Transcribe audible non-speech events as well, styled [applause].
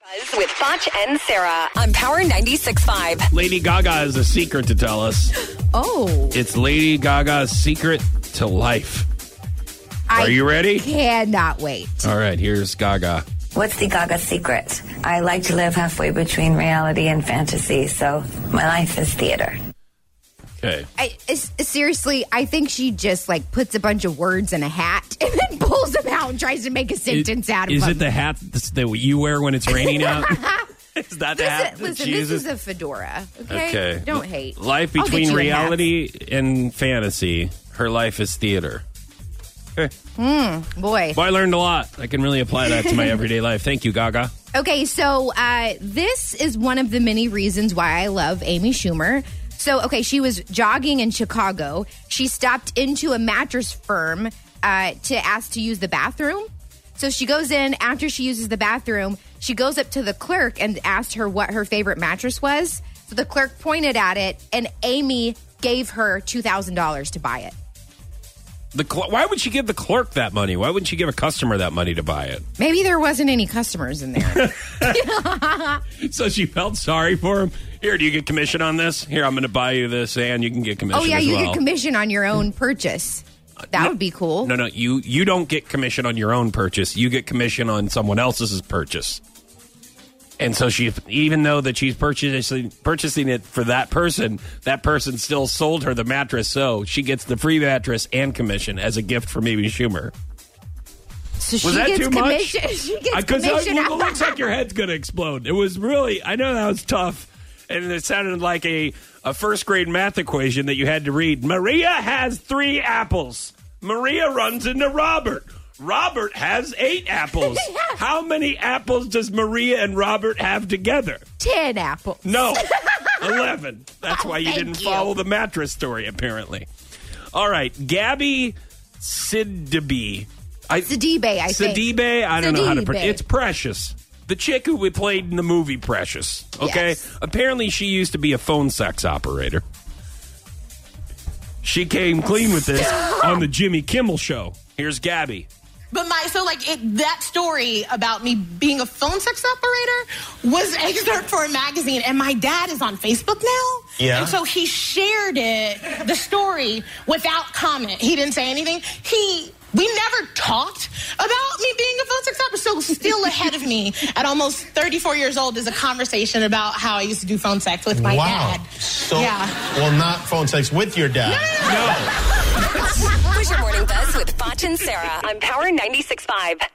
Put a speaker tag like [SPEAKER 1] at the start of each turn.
[SPEAKER 1] Buzz with Foch and Sarah on Power [laughs] 96.5.
[SPEAKER 2] Lady Gaga has a secret to tell us.
[SPEAKER 3] Oh,
[SPEAKER 2] It's Lady Gaga's secret to life. Are you ready?
[SPEAKER 3] cannot wait.
[SPEAKER 2] All right, here's Gaga.
[SPEAKER 4] What's the Gaga secret? I like to live halfway between reality and fantasy, so my life is theater.
[SPEAKER 2] Okay.
[SPEAKER 3] I, s- seriously, I think she just like puts a bunch of words in a hat [laughs] and then pulls them out and tries to make a sentence out of
[SPEAKER 2] is
[SPEAKER 3] them.
[SPEAKER 2] it the hat that's- that you wear when it's raining
[SPEAKER 3] [laughs]
[SPEAKER 2] out? is that the
[SPEAKER 3] This
[SPEAKER 2] hat
[SPEAKER 3] is-
[SPEAKER 2] that
[SPEAKER 3] listen,
[SPEAKER 2] she
[SPEAKER 3] this
[SPEAKER 2] uses?
[SPEAKER 3] is a fedora. Okay, don't hate.
[SPEAKER 2] Life
[SPEAKER 3] I'll get
[SPEAKER 2] between
[SPEAKER 3] you a hat.
[SPEAKER 2] reality and fantasy. Her life is theater. Okay.
[SPEAKER 3] boy.
[SPEAKER 2] Well, I learned a lot. I can really apply that
[SPEAKER 3] [laughs]
[SPEAKER 2] to my everyday life. Thank you, Gaga.
[SPEAKER 3] Okay, so uh, this is one of the many reasons why I love Amy Schumer. So, okay, she was jogging in Chicago. She stopped into a mattress firm uh, to ask to use the bathroom. So she goes in after she uses the bathroom. She goes up to the clerk and asked her what her favorite mattress was. So the clerk pointed at it, and Amy gave her two thousand dollars to buy it.
[SPEAKER 2] The cl- why would she give the clerk that money? Why wouldn't she give a customer that money to buy it?
[SPEAKER 3] Maybe there wasn't any customers in there.
[SPEAKER 2] So she felt sorry for him. Here, do you get commission on this? Here, I'm going to buy you this, and you can get commission.
[SPEAKER 3] oh yeah,
[SPEAKER 2] as
[SPEAKER 3] you
[SPEAKER 2] well.
[SPEAKER 3] get commission on your own purchase. That would be cool.
[SPEAKER 2] No, no, you you don't get commission on your own purchase. You get commission on someone else's purchase. And so she, even though that she's purchasing purchasing it for that person, that person still sold her the mattress. So she gets the free mattress and commission as a gift from Amy Schumer.
[SPEAKER 3] So she
[SPEAKER 2] Was that
[SPEAKER 3] gets
[SPEAKER 2] too
[SPEAKER 3] commission. [laughs]
[SPEAKER 2] much?
[SPEAKER 3] She gets
[SPEAKER 2] Because
[SPEAKER 3] commission.
[SPEAKER 2] it looks like your head's going to explode. It was really, I know that was tough. And it sounded like a, a first grade math equation that you had to read. Maria has three apples. Maria runs into Robert. Robert has eight apples.
[SPEAKER 3] [laughs] Yeah.
[SPEAKER 2] How many apples does Maria and Robert have together?
[SPEAKER 3] ten apples. [laughs]
[SPEAKER 2] No, 11. That's
[SPEAKER 3] Oh,
[SPEAKER 2] why you
[SPEAKER 3] thank
[SPEAKER 2] didn't
[SPEAKER 3] you.
[SPEAKER 2] follow the mattress story, apparently. All right, Gabby Siddibe. I,
[SPEAKER 3] Sidibe, I think.
[SPEAKER 2] Sidibe, I don't know how to
[SPEAKER 3] Sidibe.
[SPEAKER 2] pronounce It's Precious. The chick who we played in the movie Precious. Okay?
[SPEAKER 3] Yes.
[SPEAKER 2] Apparently, she used to be a phone sex operator. She came clean with
[SPEAKER 3] [laughs]
[SPEAKER 2] this on the Jimmy Kimmel show. Here's Gabby.
[SPEAKER 5] But my so like it, that story about me being a phone sex operator was [laughs] an excerpt for a magazine, and my dad is on Facebook now.
[SPEAKER 6] Yeah.
[SPEAKER 5] And so he shared it, the story, without comment. He didn't say anything. He we never talked about me being a phone sex operator. So still ahead of me at almost 34 years old is a conversation about how I used to do phone sex with my
[SPEAKER 6] wow.
[SPEAKER 5] dad.
[SPEAKER 6] So,
[SPEAKER 5] yeah.
[SPEAKER 6] well, not phone sex with your dad.
[SPEAKER 2] No.
[SPEAKER 1] Push your morning buzz with Foch and Sarah on Power 96.5.